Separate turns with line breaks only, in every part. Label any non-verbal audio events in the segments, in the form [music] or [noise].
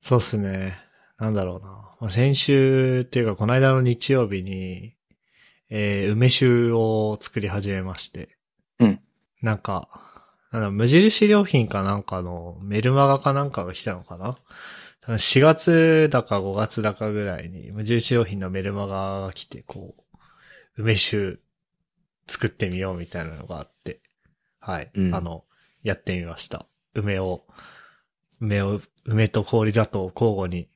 そうっすね。なんだろうな。まあ、先週っていうか、この間の日曜日に、えー、梅酒を作り始めまして。
うん。
なんか、なんだ無印良品かなんかのメルマガかなんかが来たのかな多分 ?4 月だか5月だかぐらいに無印良品のメルマガが来て、こう、梅酒作ってみようみたいなのがあって、はい。
うん
あの、やってみました。梅を、梅を、梅と氷砂糖を交互に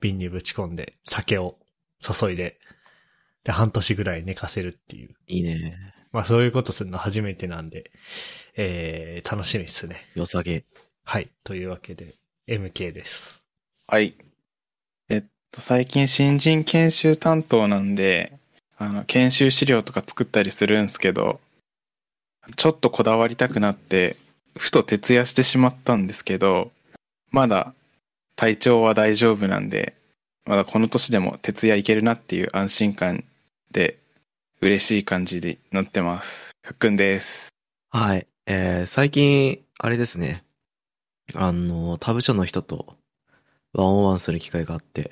瓶にぶち込んで、酒を注いで、で、半年ぐらい寝かせるっていう。
いいね。
まあそういうことするの初めてなんで、えー、楽しみですね。
良さげ。
はい。というわけで、MK です。
はい。えっと、最近新人研修担当なんで、あの、研修資料とか作ったりするんすけど、ちょっとこだわりたくなって、ふと徹夜してしまったんですけど、まだ体調は大丈夫なんで、まだこの年でも徹夜いけるなっていう安心感で、嬉しい感じになってます。ふっくんです。
はい。えー、最近、あれですね。あの、他部署の人とワンオンワンする機会があって、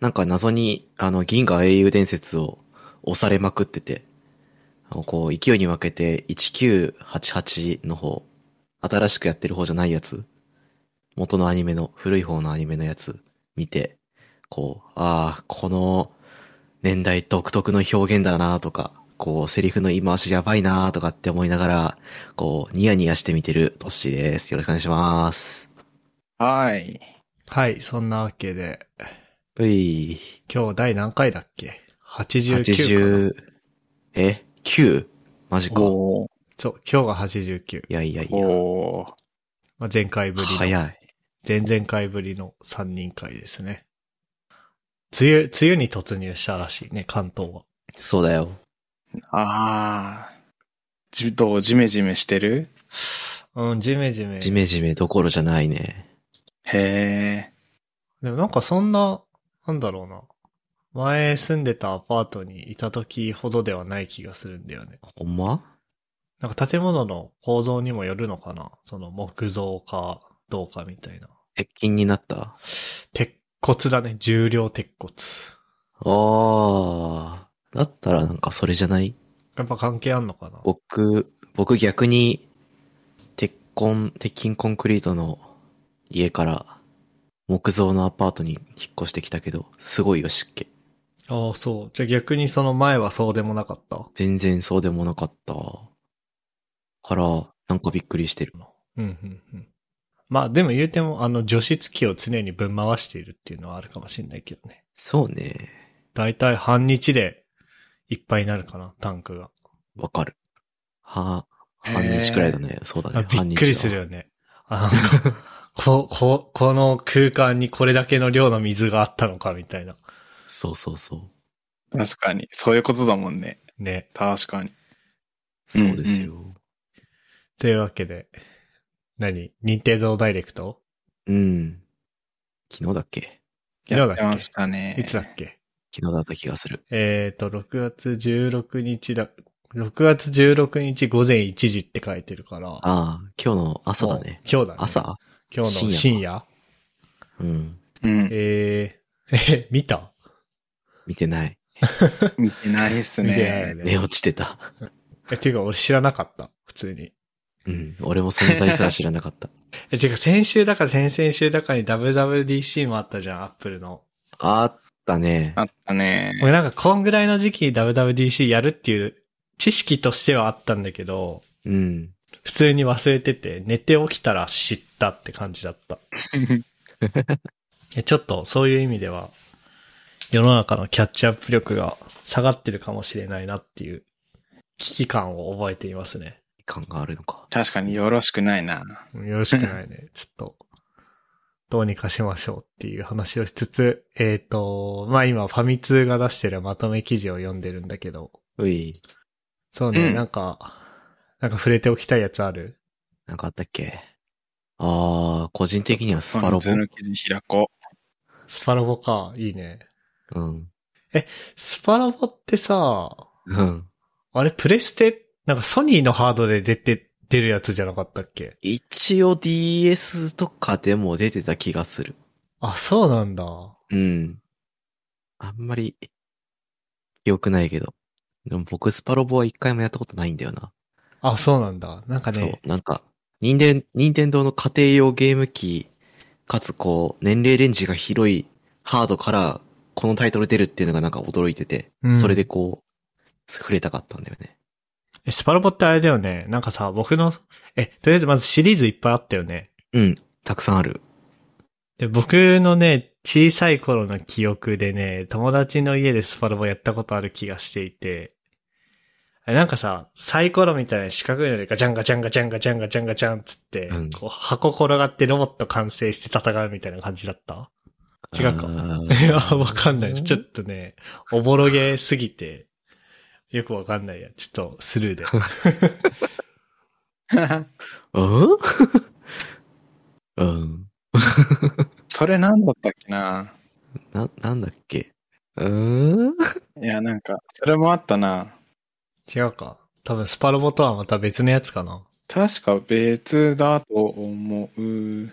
なんか謎に、あの、銀河英雄伝説を押されまくってて、あのこう、勢いに負けて1988の方、新しくやってる方じゃないやつ、元のアニメの、古い方のアニメのやつ見て、こう、ああ、この年代独特の表現だなとか、こう、セリフの言い回しやばいなとかって思いながら、こう、ニヤニヤして見てるトッシーです。よろしくお願いします。
はい。
はい。そんなわけで、
うい、
今日第何回だっけ ?89 かな。
80、え ?9? マジか。い
おー
そう、今日が89。
やいやいや、
おー
まあ、前回ぶりの
早い。
前々回ぶりの3人会ですね。梅雨、梅雨に突入したらしいね、関東は。
そうだよ。
あー。じ、どうジメジメしてる
うん、ジメジメ。
ジメジメどころじゃないね。
へえ。
でもなんかそんな、なんだろうな。前住んでたアパートにいた時ほどではない気がするんだよね。
ほんま
なんか建物の構造にもよるのかなその木造かどうかみたいな。
鉄筋になった
鉄骨だね。重量鉄骨。
あー。だったらなんかそれじゃない
やっぱ関係あんのかな
僕、僕逆に、鉄筋、鉄筋コンクリートの家から木造のアパートに引っ越してきたけど、すごいよ湿気。
ああ、そう。じゃあ逆にその前はそうでもなかった
全然そうでもなかった。から、なんかびっくりしてる。
うん、うん、うん。まあでも言うても、あの除湿機を常にぶん回しているっていうのはあるかもしれないけどね。
そうね。
だいたい半日でいっぱいになるかな、タンクが。
わかる。は、半日くらいだね。そうだ
あ
ね。半日
びっくりする
だ
よね。あの、こ、こ、この空間にこれだけの量の水があったのかみたいな。
そうそうそう。
確かに。そういうことだもんね。
ね。
確かに。
そうですよ。
というわけで、何任天堂ダイレクト
うん、昨日だっけ
昨日だ
や
っけ
ってましたね。
いつだっけ
昨日だった気がする。
えーと、6月16日だ、6月16日午前1時って書いてるから。
ああ、今日の朝だ
もう
ね。。
今日だね。
朝
今日の深
深
夜
うん。
うん。
えー、え、見た
見てない。
見てないっす
見てない
ね。
ね。
寝落ちてた。
え、ていうか俺知らなかった。普通に。
うん。俺も存在すら知らなかった。
え、ていうか先週だか先々週だかに WWDC もあったじゃん、アップルの。
[laughs] あったね。
あったね。
俺なんかこんぐらいの時期に WWDC やるっていう知識としてはあったんだけど、
うん。
普通に忘れてて、寝て起きたら知ったって感じだった。えちょっとそういう意味では、世の中のキャッチアップ力が下がってるかもしれないなっていう危機感を覚えていますね。
感があるのか。
確かによろしくないな。
よろしくないね。ちょっと、どうにかしましょうっていう話をしつつ、えっ、と、まあ今ファミ通が出してるまとめ記事を読んでるんだけど、
うい。
そうね、
うん
なんか、なんか触れておきたいやつある
なんかあったっけあー、個人的にはスパロボ。
の記事開こ
スパロボか、いいね。
うん。
スパロボってさ、
うん。
あれプレステ、なんかソニーのハードで出て、出るやつじゃなかったっけ
一応 DS とかでも出てた気がする。
あ、そうなんだ。
うん。あんまり、記憶ないけど。でも僕、スパロボは一回もやったことないんだよな。
あ、そうなんだ。なんか
そう
ね、。
なんか、任天、任天堂の家庭用ゲーム機、かつこう、年齢レンジが広いハードから、このタイトル出るっていうのがなんか驚いてて、
うん
それでこう、触れたかったんだよね。
えスパロボってあれだよね。なんかさ、僕の、え、とりあえずまずシリーズいっぱいあったよね。
うん。たくさんある。
で、僕のね、小さい頃の記憶でね、友達の家でスパロボやったことある気がしていて、あれなんかさ、サイコロみたいな四角いのでガチャンガチャンガチャンガチャンガチャンガチャンっつって、
うん
こう箱転がってロボット完成して戦うみたいな感じだった違うか
あ
[laughs] い
ー
や、わかんないです。ちょっとね、おぼろげすぎて、よくわかんないや。ちょっとスルーで。
うん [laughs] うん。
[laughs] それなんだったっけな
な、なんだっけうーん
いや、なんか、それもあったな。
違うか。多分スパロボとはまた別のやつかな。
確か別だと思う。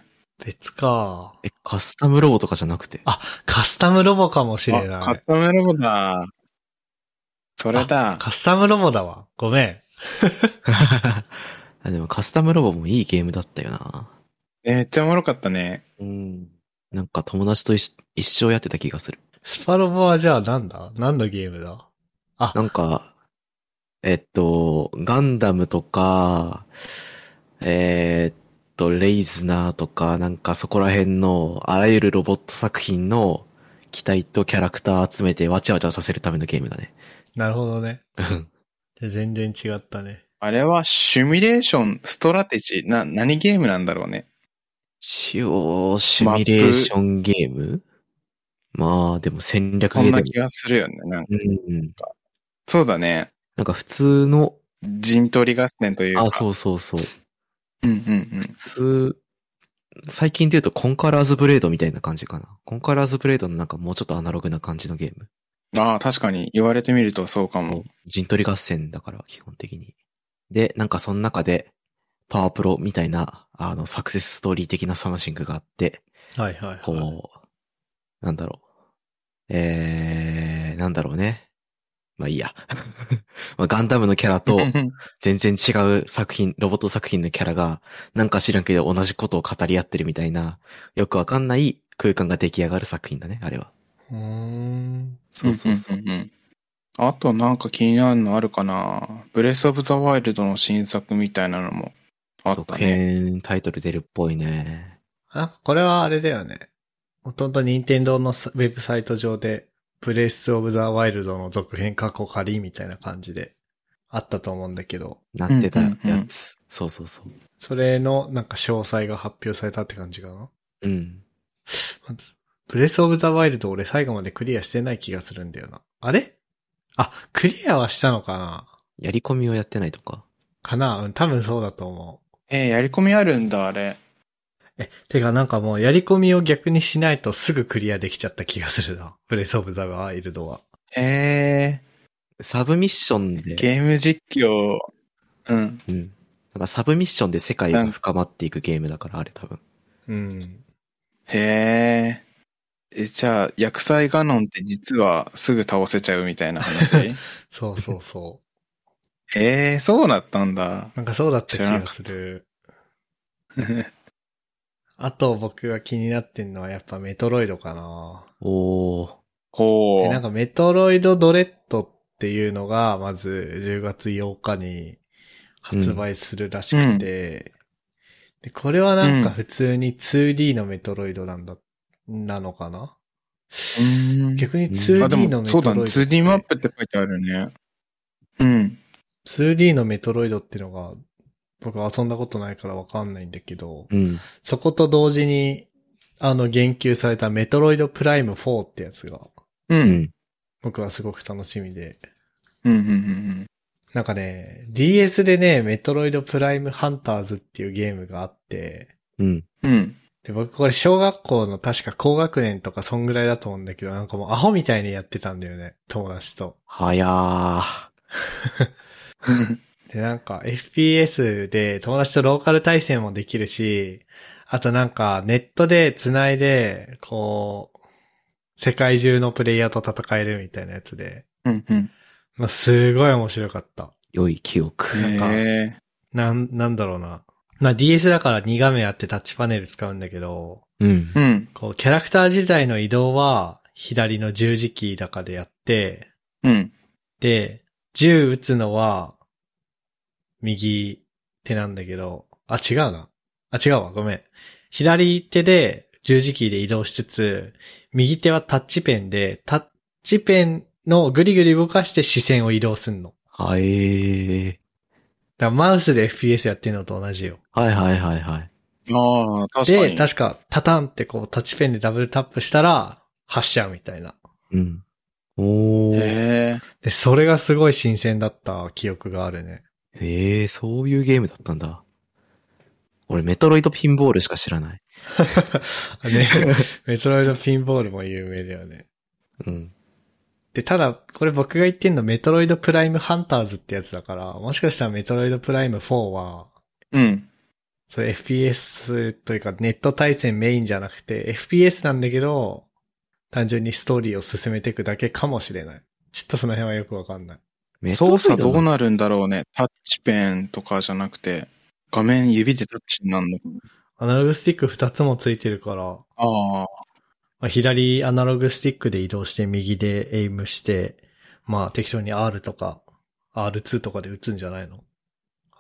別か。
え、カスタムロボとかじゃなくて。
あカスタムロボかもしれ
あ
な
カ
い
ス。タムロボだ。それだ。
カスタムロボだわ。ごめん。
[laughs] あでもカスタムロボもいいゲームだったよな。
えめっちゃおもろかったね。
うん。なんか友達と一一生やってた気がする。
スパロボはじゃあなんだ何のゲームだあ、
なんか、えっと、ガンダムとか、えーっと、レイズナーとか、なんかそこら辺の、あらゆるロボット作品の機体とキャラクター集めてわちゃわちゃさせるためのゲームだね。
なるほどね。
うん
じゃあ全然違ったね。
あれはシミュレーション、ストラテジー、な、何ゲームなんだろうね。
一応、シミュレーションゲームまあ、でも戦略
そ
ゲ
ん
ーム
な。気がするよね。なんか
うん。
そうだね。
なんか普通の、
陣取り合戦というか。
あ、そうそうそう。
うんうんうん。
普通、最近で言うとコンカラーズブレードみたいな感じかな。コンカラーズブレードのなんかもうちょっとアナログな感じのゲーム。
ああ、確かに言われてみるとそうかも。
陣取り合戦だから、基本的に。で、なんかその中で、パワープロみたいな、あの、サクセスストーリー的なサムシングがあって、
はいはい、はい。
こう、なんだろう。えー、なんだろうね。まあいいや。 [laughs] まあガンダムのキャ
[laughs]
ラと、
[laughs]
全然違う作品、ロボット作品のキャラが、なんか知らんけど同じことを語り合ってるみたいな、よくわかんない空間が出来上がる作品だね、あれは。
うーん。
そうそうそう。
んんんんあとなんか気になるのあるかなブレスオブザワイルドの新作みたいなのもあった
続
ね。
編タイトル出るっぽいね。
なんかこれはあれだよね。ほとんど任天堂のさウェブサイト上で、プレイスオブザワイルドの続編過去仮みたいな感じであったと思うんだけど、
なってたやつ。
うんうんうん
そうそうそう。
それのなんか詳細が発表されたって感じかな。
うん。
ブレスオブザワイルド俺最後までクリアしてない気がするんだよな。あれあ、クリアはしたのかな
やり込みをやってないとか。
かなうん、多分そうだと思う。
えーやり込みあるんだ、あれ。
え、てかなんかもうやり込みを逆にしないとすぐクリアできちゃった気がするな。 [laughs] ブレスオブザワイルドは。
え
サブミッション
ー、
で、
ゲーム実況。うん。
うん。なんかサブミッションで世界が深まっていくゲームだから、あれ多分。
うん。
へーえ。じゃあ、薬剤ガノンって実はすぐ倒せちゃうみたいな
[laughs]
話
そうそうそう。
へえ、そうだったんだ。
なんかそうだった気が [laughs] する。あと僕が気になってんのはやっぱメトロイドかな。
おー。
ほ
で、なん
う。
かメトロイドドレッドっていうのが、まず10月8日に発売するらしくて、で、これはなんか普通に 2D のメトロイドなんだ、なのかな
うん
逆に
うん
あ、で
2D の
も、
メト
そうだね。
ロイドって、
2D マップって書いてあるね。うん。
2D のメトロイドっていうのが、僕は遊んだことないからわかんないんだけど、
うん。
そこと同時に、あの、言及されたメトロイドプライム4ってやつが、
うん。う
うんん。
僕はすごく楽しみで。
うんうんうん。
なんかね、DS でね、メトロイドプライムハンターズっていうゲームがあって、
うん。
うん。
で、僕これ小学校の確か高学年とかそんぐらいだと思うんだけど、なんかもうアホみたいにやってたんだよね、友達と。
はやー。
うん
で、なんか FPS で友達とローカル対戦もできるし、あとなんか、ネットで繋いで、こう、世界中のプレイヤーと戦えるみたいなやつで、
うんうん。
まあ、すごい面白かった。
良い記憶。
なんか
へ
なん、なんだろうな。まあ、DS だから2画面あってタッチパネル使うんだけど、
うん
ー。うん。
こう、キャラクター自体の移動は、左の十字キーだかでやって、
うん。
で、銃撃つのは、右手なんだけど、あ、違うな。あ、違うわ、ごめん。左手で十字キーで移動しつつ、右手はタッチペンで、タッチペンのぐりぐり動かして視線を移動すんの。
は
だ
い。
からマウスで FPS やってるのと同じよ。
はいはいはいはい。
ああ、確か
で、
に。
確か、タタンってこう、タッチペンでダブルタップしたら、発射みたいな。
うん。おー。
へえ。
で、それがすごい新鮮だった記憶があるね。
ええー、そういうゲームだったんだ。俺、メトロイドピンボールしか知らない。
ね、メトロイドピンボールも有名だよね。
うん。
で、ただ、これ僕が言ってんのメトロイドプライムハンターズってやつだから、もしかしたらメトロイドプライム4は、
うん。
それ FPS というかネット対戦メインじゃなくて、FPS なんだけど、単純にストーリーを進めていくだけかもしれない。ちょっとその辺はよくわかんない。
メトロイド
操作どう
の
なるんだろうね。タッチペンとかじゃなくて、画面指でタッチになるのかな
アナログスティック2つもついてるから、ま
ああ。
あ、左アナログスティックで移動して右でエイムして、まあ適当に R とか、R2 とかで打つんじゃないの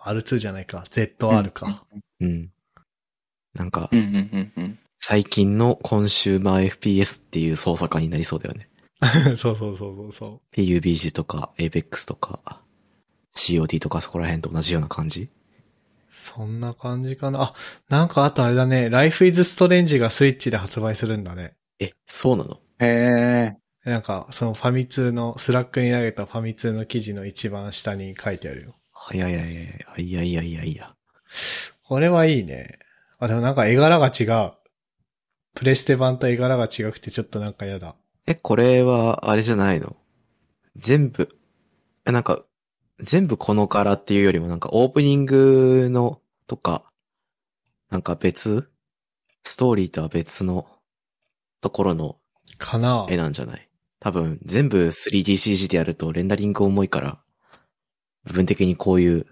?R2 じゃないか。ZR か。
うん。なんか
う、んうんうんうん。
最近のコンシューマー FPS っていう操作感になりそうだよね。
[laughs] そうそうそうそうそ
PUBG とか APEX とか COD とかそこら辺と同じような感じ
う。そんな感じかな。あ、なんかあとあれだね。Life is Strange がスイッチで発売するんだね。
え、そうなの
へえ。
なんか、そのファミ通の、スラックに投げたファミ通の記事の一番下に書いてあるよ。
いやいやいやいやいやいやいやいや。
これはいいね。あ、でもなんか絵柄が違う。プレステ版と絵柄が違くてちょっとなんか嫌だ。
え、これは、あれじゃないの全部、えなんか、全部この柄っていうよりも、なんかオープニングのとか、なんか別ストーリーとは別のところの
かな
絵なんじゃない多分、全部 3DCG でやるとレンダリング重いから、部分的にこういう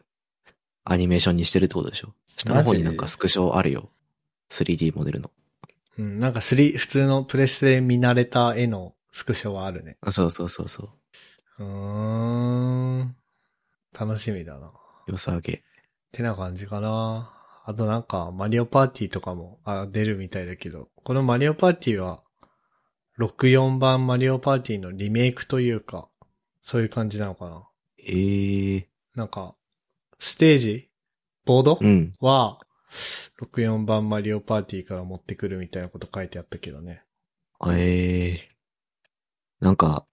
アニメーションにしてるってことでしょ下の方になんかスクショあるよ。3D モデルの。
うん、なんかスリ、普通のプレステで見慣れた絵のスクショはあるね。
あそうそうそうそ
う
う。
ーん。楽しみだな。
良さげ。
てな感じかな。あとなんか、マリオパーティーとかも、あ、出るみたいだけど、このマリオパーティーは、64版マリオパーティーのリメイクというか、そういう感じなのかな。
えー、
なんか、ステージボード、
うん。
は、64版マリオパーティーから持ってくるみたいなこと書いてあったけどね。
ええなんか、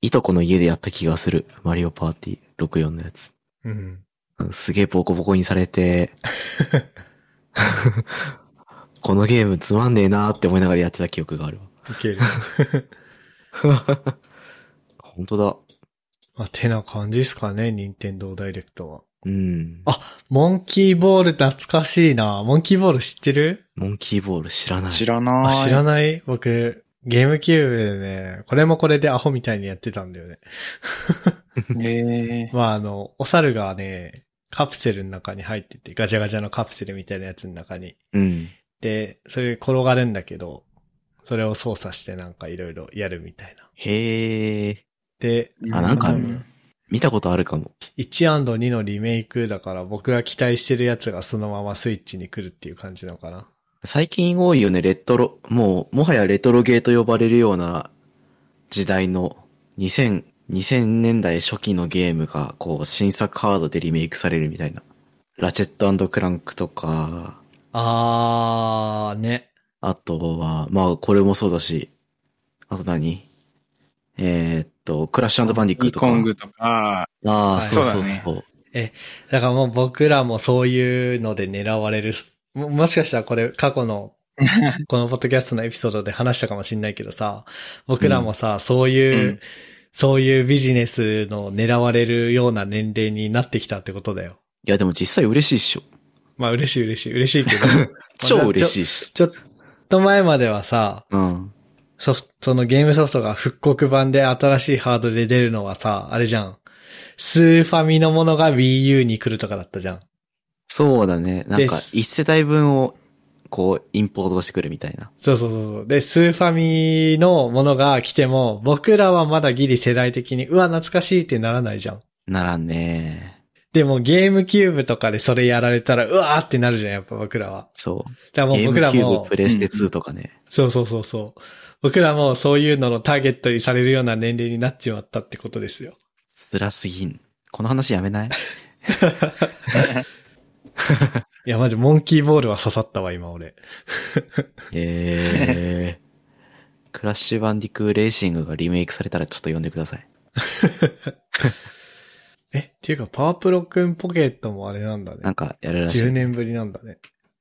いとこの家でやった気がする。マリオパーティー64のやつ。
うん。
うんすげえボコボコにされて、このゲームつまんねえなーって思いながらやってた記憶がある
いける。
わ。本当だ。
まあ、てな感じですかね、任天堂ダイレクトは。
うん。
あモンキーボール懐かしいな。モンキーボール知ってる
モンキーボール知らない。
知らな
あ、
い。
知らない僕、ゲームキューブでね、これもこれでアホみたいにやってたんだよね。
い。へえ。
まああの、お猿がね、カプセルの中に入ってて、ガチャガチャのカプセルみたいなやつの中に。
うん。
で、それ転がるんだけど、それを操作してなんかいろいろやるみたいな。
へえ。
で、
あなんかある
うん
見たことあるかも。
1&2 のリメイクだから僕が期待してるやつがそのままスイッチに来るっていう感じなのかな。
最近多いよね、レトロ、もう、もはやレトロゲーと呼ばれるような時代の2000、2000年代初期のゲームが、こう、新作ハードでリメイクされるみたいな。ラチェットクランクとか、
あー、ね。
あとは、まあ、これもそうだし、あと何えーっと、クラッシュバンディック
ニ
とか。
コングとか、
あ
は
あ、
い
そうそう
そう
そう。
だからもう僕らもそういうので狙われる。ももしかしたらこれ過去
[laughs]
の、このポッドキャストのエピソードで話したかもしんないけどさ、僕らもさ、そういう、
うん
そういうビジネスの狙われるような年齢になってきたってことだよ。
いや、でも実際嬉しいっしょ。
まあ嬉しい嬉しい、嬉しい
[laughs]
けど。
超嬉しいし。
ちょっと前まではさ、
うん。
ソフト、そのゲームソフトが復刻版で新しいハードで出るのはさ、あれじゃん。スーファミのものが Wii U に来るとかだったじゃん。
そうだね。なんか
で、す
一世帯分を、こう、インポートしてくるみたいな。
そうそうそうそう。で、スーファミのものが来ても、僕らはまだギリ世代的に、うわ、懐かしいってならないじゃん。
ならんね。
でもゲームキューブとかでそれやられたら、うわーってなるじゃん、やっぱ僕らは。
そう。
だからもう
ゲー
僕
ム
ら
キュー
も
ブ、プレステ2とかね。
そうそうそうそう。僕らもそういうののターゲットにされるような年齢になっちまったってことですよ。
辛すぎん。この話やめない
いや、マジ、モンキーボールは刺さったわ、今俺。
えー。 [laughs] クラッシュバンディクーレーシングがリメイクされたらちょっと読んでください。
え、っていうか、パワープロくんポケットもあれなんだね。
なんか、やるらし
10
い。
年ぶりなんだね。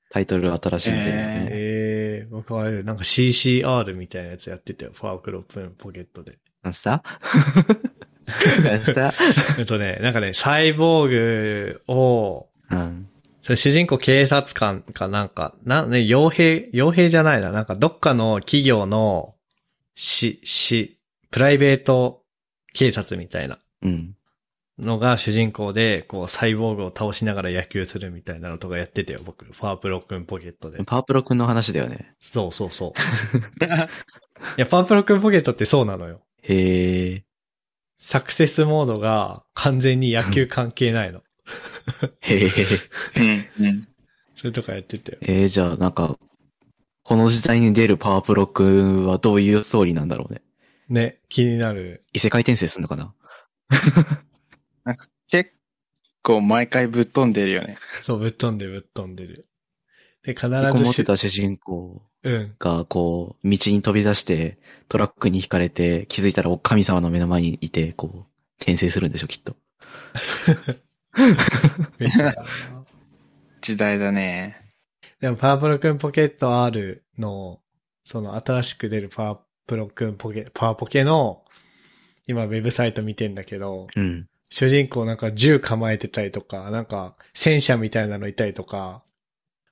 タイトル新しいみたいだね。
ええー、僕はあれ、なんか CCR みたいなやつやってたよ。パワープロくんポケットで。 [laughs]
なんしたなんした
えっとね、なんかね、サイボーグを、
うん。
それ主人公警察官かなんか、な、ね、傭兵、傭兵じゃないな。なんかどっかの企業の、し、し、プライベート警察みたいな
うん。
のが主人公で、こう、サイボーグを倒しながら野球するみたいなのとかやってたよ、僕。ファープロ君ポケットで。
パワープロ君の話だよね。
そうそうそう。 [laughs] いや、パワープロ君ポケットってそうなのよ。
へえ。
サクセスモードが完全に野球関係ないの。
へえ。
うん。うん。
[laughs] それとかやってたよ。
えー、じゃあ、なんか、この時代に出るパワープロ君はどういうストーリーなんだろうね。
ね、気になる。
異世界転生するのかな
結構毎回ぶっ飛んでるよね。
そう、ぶっ飛んでぶっ飛んでる。で、必
僕持
ず
っ
し、
てた主人公
うん。
が、こう、道に飛び出して、トラックに引かれて、気づいたらお神様の目の前にいて、こう、転生するんでしょ、きっと。
めっちゃやるな
時代だね。
[laughs] でも、パワープロくんポケット R の、その新しく出るパワープロくんポケ、パワポケの、今ウェブサイト見てんだけど、
うん。
主人公なんか銃構えてたりとか、なんか戦車みたいなのいたりとか、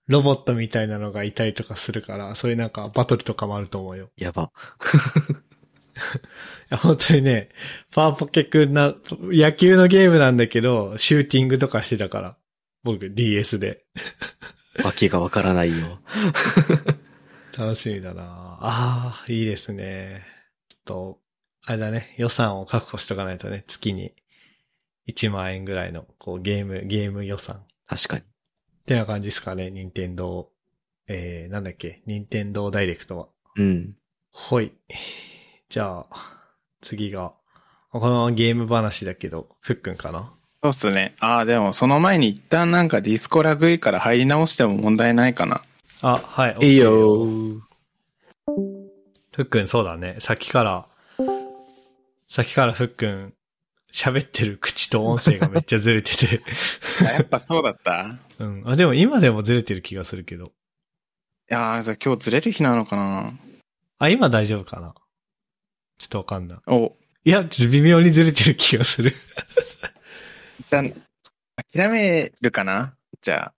ロボットみたいなのがいたりとかするから、そういうなんかバトルとかもあると思うよ。
やば。
いや本当にね、パワーポケくんな、野球のゲームなんだけど、シューティングとかしてたから。僕、DS で。
わけがわからないよ。
楽しみだなああ、いいですね。ちょっと、あれだね、予算を確保しとかないとね、月に1万円ぐらいの、こう、ゲーム、ゲーム予算。っ
確かに。
てな感じですかね、任天堂。えー、なんだっけ、任天堂ダイレクトは。
うん。
ほい。じゃあ、次が、このゲーム話だけど、ふっくんかな
そうっすね。ああ、でもその前に一旦なんかディスコラグイから入り直しても問題ないかな。
あ、はい。
い
OK
いよ
よ。
ー。
ふっくん、そうだね。さっきから、さっきからふっくん、喋ってる口と音声がめっちゃずれて [laughs] て。
あやっぱそうだった [laughs]
うん。あ、でも今でもずれてる気がするけど。
いやーじゃあ今日ずれる日なのかな
あ、今大丈夫かなちょっとわかんない。
お、
いや、ちょっと微妙にずれてる気がする。
一旦、諦めるかなじゃあ。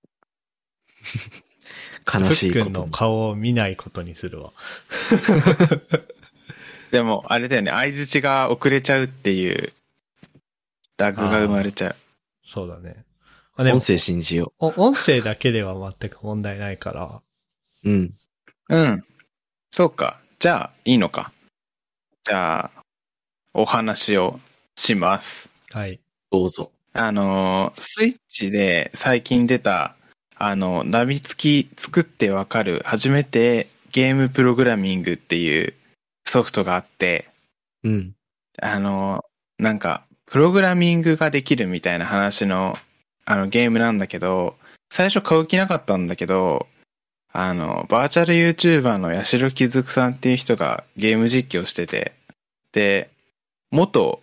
悲しい
ふ
こ
っくん
と
の
に。
顔を見ないことにするわ。
でも、あれだよね、相槌が遅れちゃうっていう、ラグが生まれちゃう。
そうだね。あ、でも
音、声信じよ
お音声だけでは全く問題ないから。
う。うん。
うん。そうか。じゃあ、いいのか。じゃあ、お話をします。
はい。
どうぞ。
あのー、スイッチで最近出た、あの、ナビ付き作ってわかる、初めてゲームプログラミングっていうソフトがあって、
うん。
あの、なんか、プログラミングができるみたいな話の、あの、ゲームなんだけど、最初買う気なかったんだけど、あの、バーチャル YouTuber の八代きずくさんっていう人がゲーム実況してて、で、元、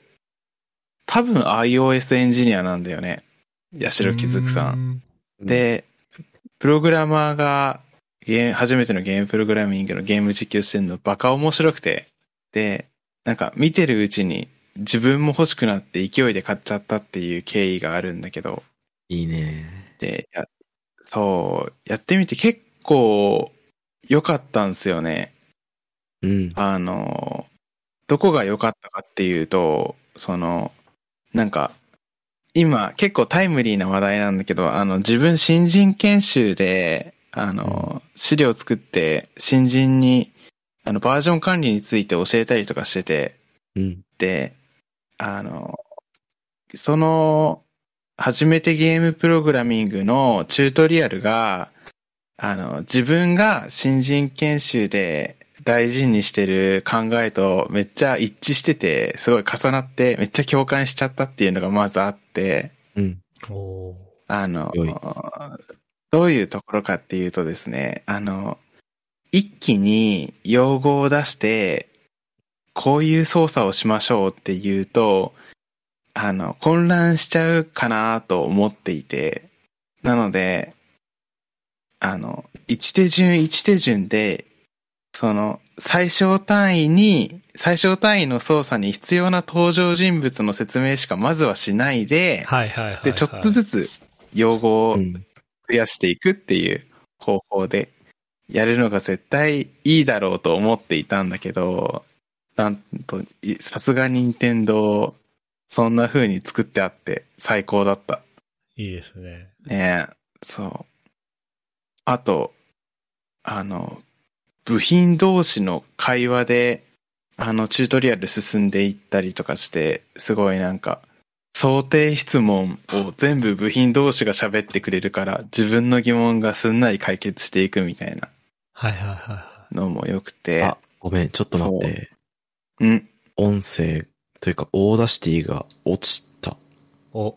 多分 iOS エンジニアなんだよね。八代きずくさん。
ん。
で、プログラマーがゲー初めてのゲームプログラミングのゲーム実況してるのバカ面白くて、で、なんか見てるうちに自分も欲しくなって勢いで買っちゃったっていう経緯があるんだけど、
いいね。
で、いやそう、やってみて結構良かったんですよね。
うん。
あの、どこが良かったかっていうと、その、なんか、今結構タイムリーな話題なんだけど、あの、自分新人研修で、あの、資料作って新人に、あの、バージョン管理について教えたりとかしてて、
うん。
で、あの、その、初めてゲームプログラミングのチュートリアルが、あの、自分が新人研修で大事にしてる考えとめっちゃ一致してて、すごい重なってめっちゃ共感しちゃったっていうのがまずあって、
うん。
おー
あの
良い、
どういうところかっていうとですね、あの、一気に用語を出して、こういう操作をしましょうっていうと、あの、混乱しちゃうかなと思っていて、なので、あの、一手順一手順で、その、最小単位に、最小単位の操作に必要な登場人物の説明しかまずはしないで、
はいはいはい、はい。
で、ちょっとずつ用語
う
を
ん。
増やしていくっていう方法でやるのが絶対いいだろうと思っていたんだけど、なんと、いさすが任天堂そんな風に作ってあって最高だった。
いいですね。
ねえ、そう。あと、あの、部品同士の会話で、あの、チュートリアル進んでいったりとかして、すごいなんか、想定質問を全部部品同士が喋ってくれるから、自分の疑問がすんなり解決していくみたいな
はいはいはいは
のも良くて。
あ、ごめん、ちょっと待って。
うん、
音声というか、オーダーシティが落ちた
い。お、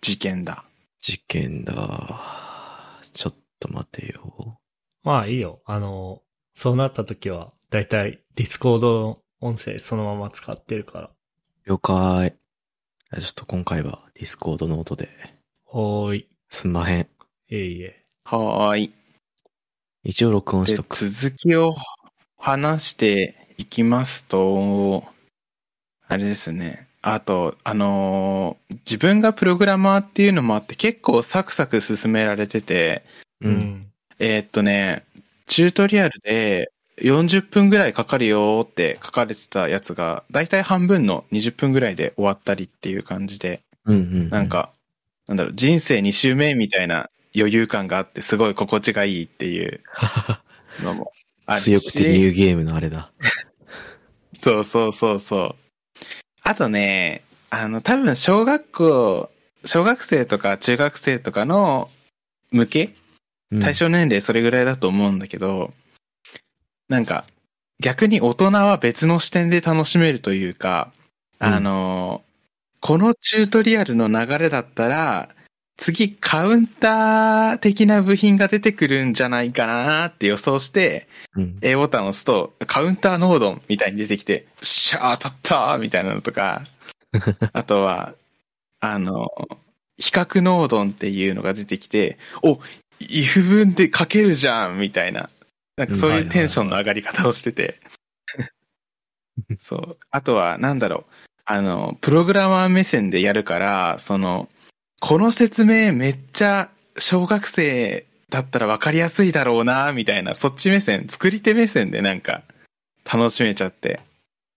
事件だ。
事件だ。ちょっと待てよ。
まあいいよ。あの、そうなった時は、だいたいディスコードの音声そのまま使ってるから。
了解。ちょっと今回はディスコードの音で。
おーい。
すんまへん。
いえいえ。
はーい。
一応録音し
で
とく。
続きを話していきますと、あれですね。あと、あのー自分がプログラマーっていうのもあって結構サクサク進められてて、
うん。
えーっとね、チュートリアルで40分ぐらいかかるよーって書かれてたやつが、だいたい半分の20分ぐらいで終わったりっていう感じで、
うんうん。
なん。
[laughs]
か、なんだろう、人生2周目みたいな余裕感があってすごい心地がいいっていうのもあるし。
強くてニューゲームのあれだ。
そうそうそうそう。あとね、あの、多分小学校、小学生とか中学生とかの向け
うん
対象年齢それぐらいだと思うんだけど、なんか、逆に大人は別の視点で楽しめるというか、あの、このチュートリアルの流れだったら、次カウンター的な部品が出てくるんじゃないかなって予想して、
うん。
A ボタンを押すと、カウンターノードンみたいに出てきて、シャー当たったーみたいなのと
[laughs]
か、あとは、あの、比較ノードンっていうのが出てきて、お、if 分で書けるじゃんみたいな、なんかそう
はいはいう
い
はい
テンションの上がり方をし
[laughs]
てて。そう。あとは、なんだろう。あの、プログラマー目線でやるから、その、この説明めっちゃ小学生だったら分かりやすいだろうな、みたいな、そっち目線、作り手目線でなんか、楽しめちゃって、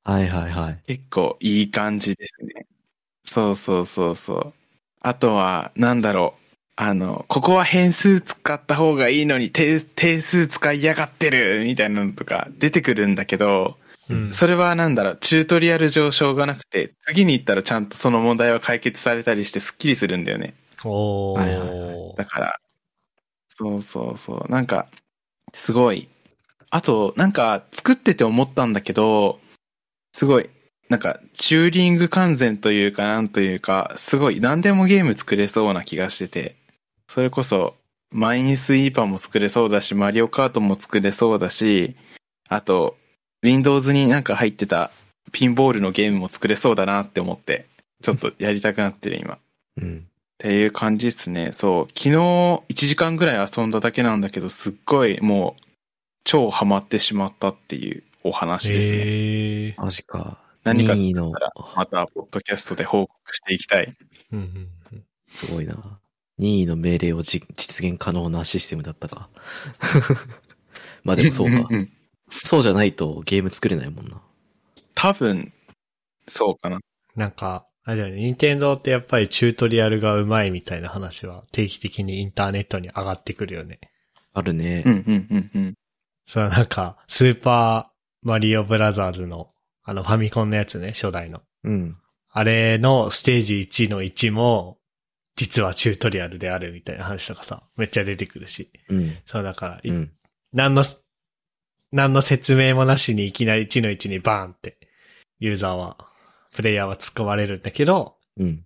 はいはいはい。
結構いい感じですね。そうそうそうそう。あとは、なんだろう。あの、ここは変数使った方がいいのに、定定数使いやがってるみたいなのとか出てくるんだけど、
うん。
それはなんだろう、チュートリアル上しょうがなくて、次に行ったらちゃんとその問題は解決されたりしてスッキリするんだよね。
おー。
はいはいは
だから、そうそうそう、なんか、すごい。あと、なんか、作ってて思ったんだけど、すごい、なんか、チューリング完全というか、なんというか、すごい、何でもゲーム作れそうな気がしてて、それこそ、マインスイーパーも作れそうだし、マリオカートも作れそうだし、あと、Windows になんか入ってたピンボールのゲームも作れそうだなって思って、ちょっとやりたくなってる、今。
うん。
っていう感じですね。そう。昨日1時間ぐらい遊んだだけなんだけど、すっごいもう超ハマってしまったっていうお話ですね。
へー
マジか。
何か
任意の、
また、ポッドキャストで報告していきたい。
うんうんうん
すごいな。任意の命令をじ実現可能なシステムだったか。 [laughs] まあでもそうか
ん。んん
そうじゃないとゲーム作れないもんな。
多分、そうかな。
なんか、あれだよね、任天堂ってやっぱりチュートリアルがうまいみたいな話は定期的にインターネットに上がってくるよね。
あるね。
うんうんうんうん。
それはなんか、スーパーマリオブラザーズの、あのファミコンのやつね、初代の。
うん。
あれのステージ1の1も、実はチュートリアルであるみたいな話とかさ、めっちゃ出てくるし。
うん。
そうだから、い
うん。
何の、何の説明もなしにいきなり1の1にバーンって、ユーザーは、プレイヤーは突っ込まれるんだけど、
うん。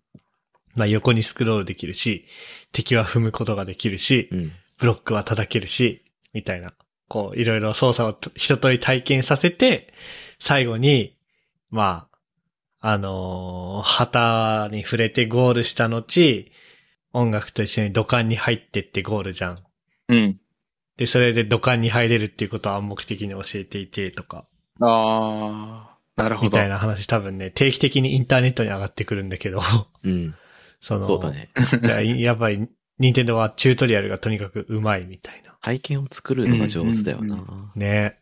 まあ横にスクロールできるし、敵は踏むことができるし
う、ん。
ブロックは叩けるし、みたいな、こう、いろいろ操作をと一通り体験させて、最後に、まあ、あのー旗に触れてゴールした後、音楽と一緒に土管に入ってってゴールじゃん。
うん。
で、それで土管に入れるっていうことを暗黙的に教えていてとか、
ああ、なるほ
み
ど。
たいな話多分ね、定期的にインターネットに上がってくるんだけど、 [laughs]
うん。
その、
そうだね。
[laughs] だからやっぱり、任天堂はチュートリアルがとにかくうまいみたいな。
体験を作るのが上手だよ
うん
な。
ね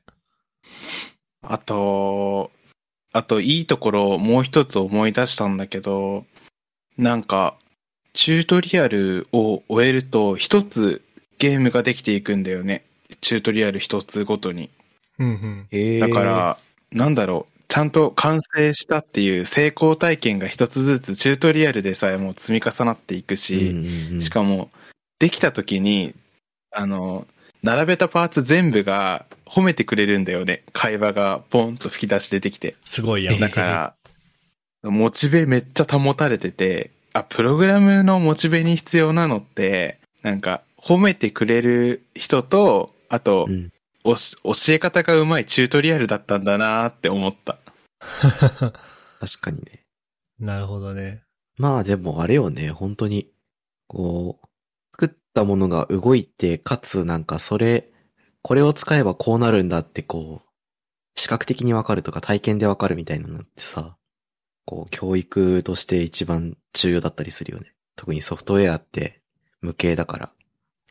あと、あといいところをもう一つ思い出したんだけど、なんか、チュートリアルを終えると一つゲームができていくんだよね。チュートリアル一つごとに。
うんうん。
へえ
だか、ら、なんだろう、ちゃんと完成したっていう成功体験が一つずつチュートリアルでさえもう積み重なっていく
うん
し、
うんうん
しかも、できた時に、あの、並べたパーツ全部が褒めてくれるんだよね。会話がポンと吹き出し出てきて。
すごいやん。
だから、モチベめっちゃ保たれてて、あ、プログラムのモチベに必要なのって、なんか、褒めてくれる人と、あと、
うん
おし教え方がうまいチュートリアルだったんだなーって思った。
確かにね。
[laughs] なるほどね。
まあでもあれよね、本当に、こう、作ったものが動いて、かつなんかそれ、これを使えばこうなるんだってこう、視覚的にわかるとか体験でわかるみたいなのってさ、こう教育として一番重要だったりするよね。特にソフトウェアって無形だから。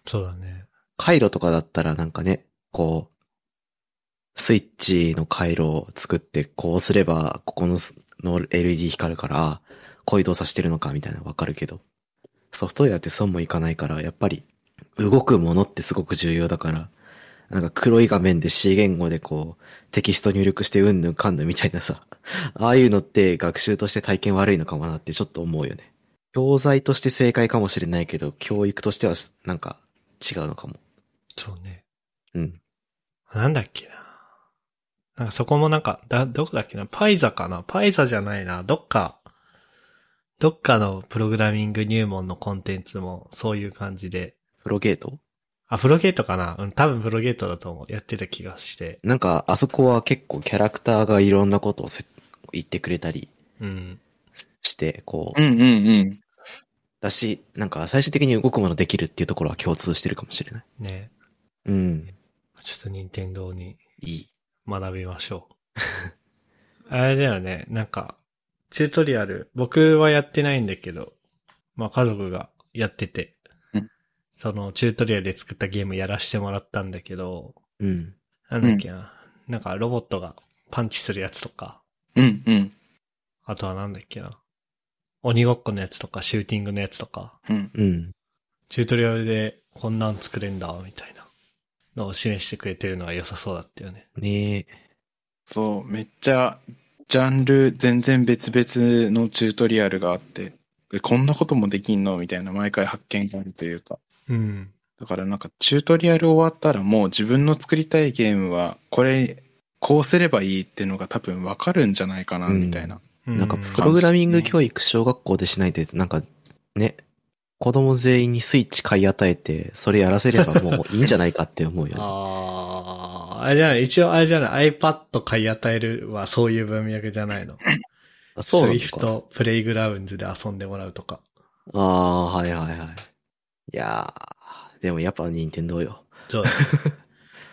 そうだね。
回路とかだったらなんかね、こう、スイッチの回路を作って、こうすれば、ここのすの LED 光るから、あこういう動作してるのかみたいなのわかるけど、ソフトウェアってそうもいかないから、やっぱり動くものってすごく重要だから、なんか黒い画面で C 言語でこう、テキスト入力してうんぬんかんぬんみたいなさ、ああいうのって学習として体験悪いのかもなってちょっと思うよね。教材として正解かもしれないけど、教育としてはなんか違うのかも。
そうね。
うん。
なんだっけな。なんかそこもなんか、だ、どこだっけな。パイザかな。パイザじゃないな。どっか、どっかのプログラミング入門のコンテンツもそういう感じで。
プロゲート
あ、プロゲートかな。うん、多分プロゲートだと思う。やってた気がして。
なんか、あそこは結構キャラクターがいろんなことをせ言ってくれたり
うん。
して、こう
う、んうんうん。
だし、なんか最終的に動くものできるっていうところは共通してるかもしれない。
ね。
うん。
ちょっと任天堂に
いい。
学びましょう。 [laughs] あれだよね、なんか、チュートリアル、僕はやってないんだけど、まあ家族がやってて
うん、
そのチュートリアルで作ったゲームやらしてもらったんだけど、
うん。
なんだっけな、なんかロボットがパンチするやつとか、
うんうん。
あとはなんだっけな、鬼ごっこのやつとかシューティングのやつとか、
うん。
うん。
チュートリアルでこんなん作れんだ、みたいなのを示してくれてるのが良さそうだったよね。
ねえ。
そう、めっちゃ、ジャンル全然別々のチュートリアルがあって、えこんなこともできんのみたいな毎回発見があるというか。
うん。
だからなんかチュートリアル終わったらもう自分の作りたいゲームはこれこうすればいいっていうのが多分わかるんじゃないかな
うん
みたいな。
なん
う
かプログラミング教育小学校でしないと、なんかね、子供全員にスイッチ買い与えて、それやらせればもういいんじゃないかって思う [laughs] よね。
ああ、あれじゃない、一応あれじゃない、iPad 買い与えるはそういう文脈じゃないの。
あ [laughs] そうなの
スイフ
か。
ト、プレイグラウンズで遊んでもらうとか。
ああ、はいはいはい。いやー、でもやっぱ任天堂よ。
そう。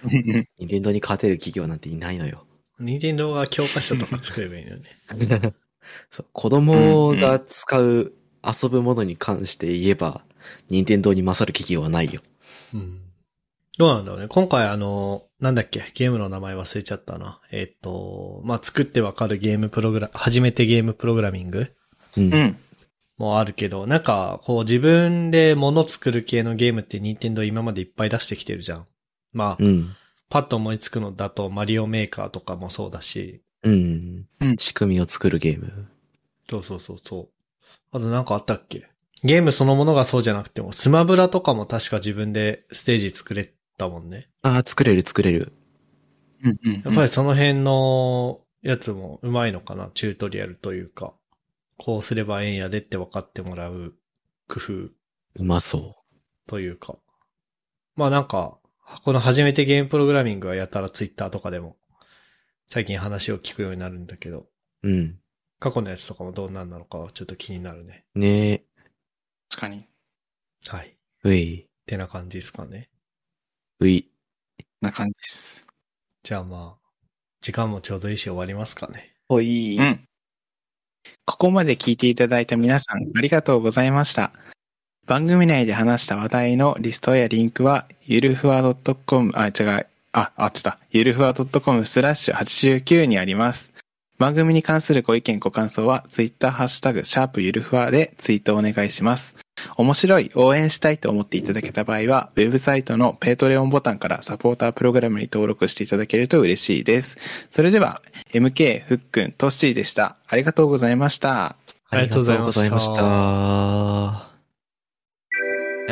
任天堂に勝てる企業なんていないのよ。
任天堂が教科書とか作ればいいのよ
[laughs]
ね。
そう子供が使う遊ぶものに関して言えば、任天堂に勝る企業はないよ。
うん。どうなんだろうね。今回あの、なんだっけ、ゲームの名前忘れちゃったな。えっと、まあ、作ってわかるゲームプログラ、初めてゲームプログラミング
うん。
うん。
もあるけど、なんか、こう自分で物作る系のゲームって任天堂今までいっぱい出してきてるじゃん。まあ、
うん。
パッと思いつくのだとマリオメーカーとかもそうだし、
うん
うん。
仕組みを作るゲーム。
そうそうそうそう。あとなんかあったっけゲームそのものがそうじゃなくても、スマブラとかも確か自分でステージ作れたもんね。
ああ、作れる作れる。
うん。うん。
やっぱりその辺のやつもうまいのかな、チュートリアルというか。こうすればええんやでって分かってもらう工夫
うまそ
というか。まあなんか、この初めてゲームプログラミングはやたらツイッターとかでも最近話を聞くようになるんだけど、
う。うん。
過去のやつとかもどうなんなのかはちょっと気になるね。
ねえ。
確かに。
はい。っ
うい。
てな感じですかね。
うい。
な感じです。
じゃあまあ、時間もちょうどいいし終わりますかね。
ほい
うんここまで聞いていただいた皆さんありがとうございました。番組内で話した話題のリストやリンクは、ゆるふわ .com、あ、違う、あ、あ、ってた。ゆるふわ .com スラッシュ89にあります。番組に関するご意見ご感想は、ツイッターハッシュタグ、シャープゆるふわでツイートお願いします。面白い、応援したいと思っていただけた場合は、ウェブサイトのペイトレオンボタンからサポータープログラムに登録していただけると嬉しいです。それでは、MK、ふっくん、トッシーでした。ありがとうございました。
ありがとうございました
ありがとうございました。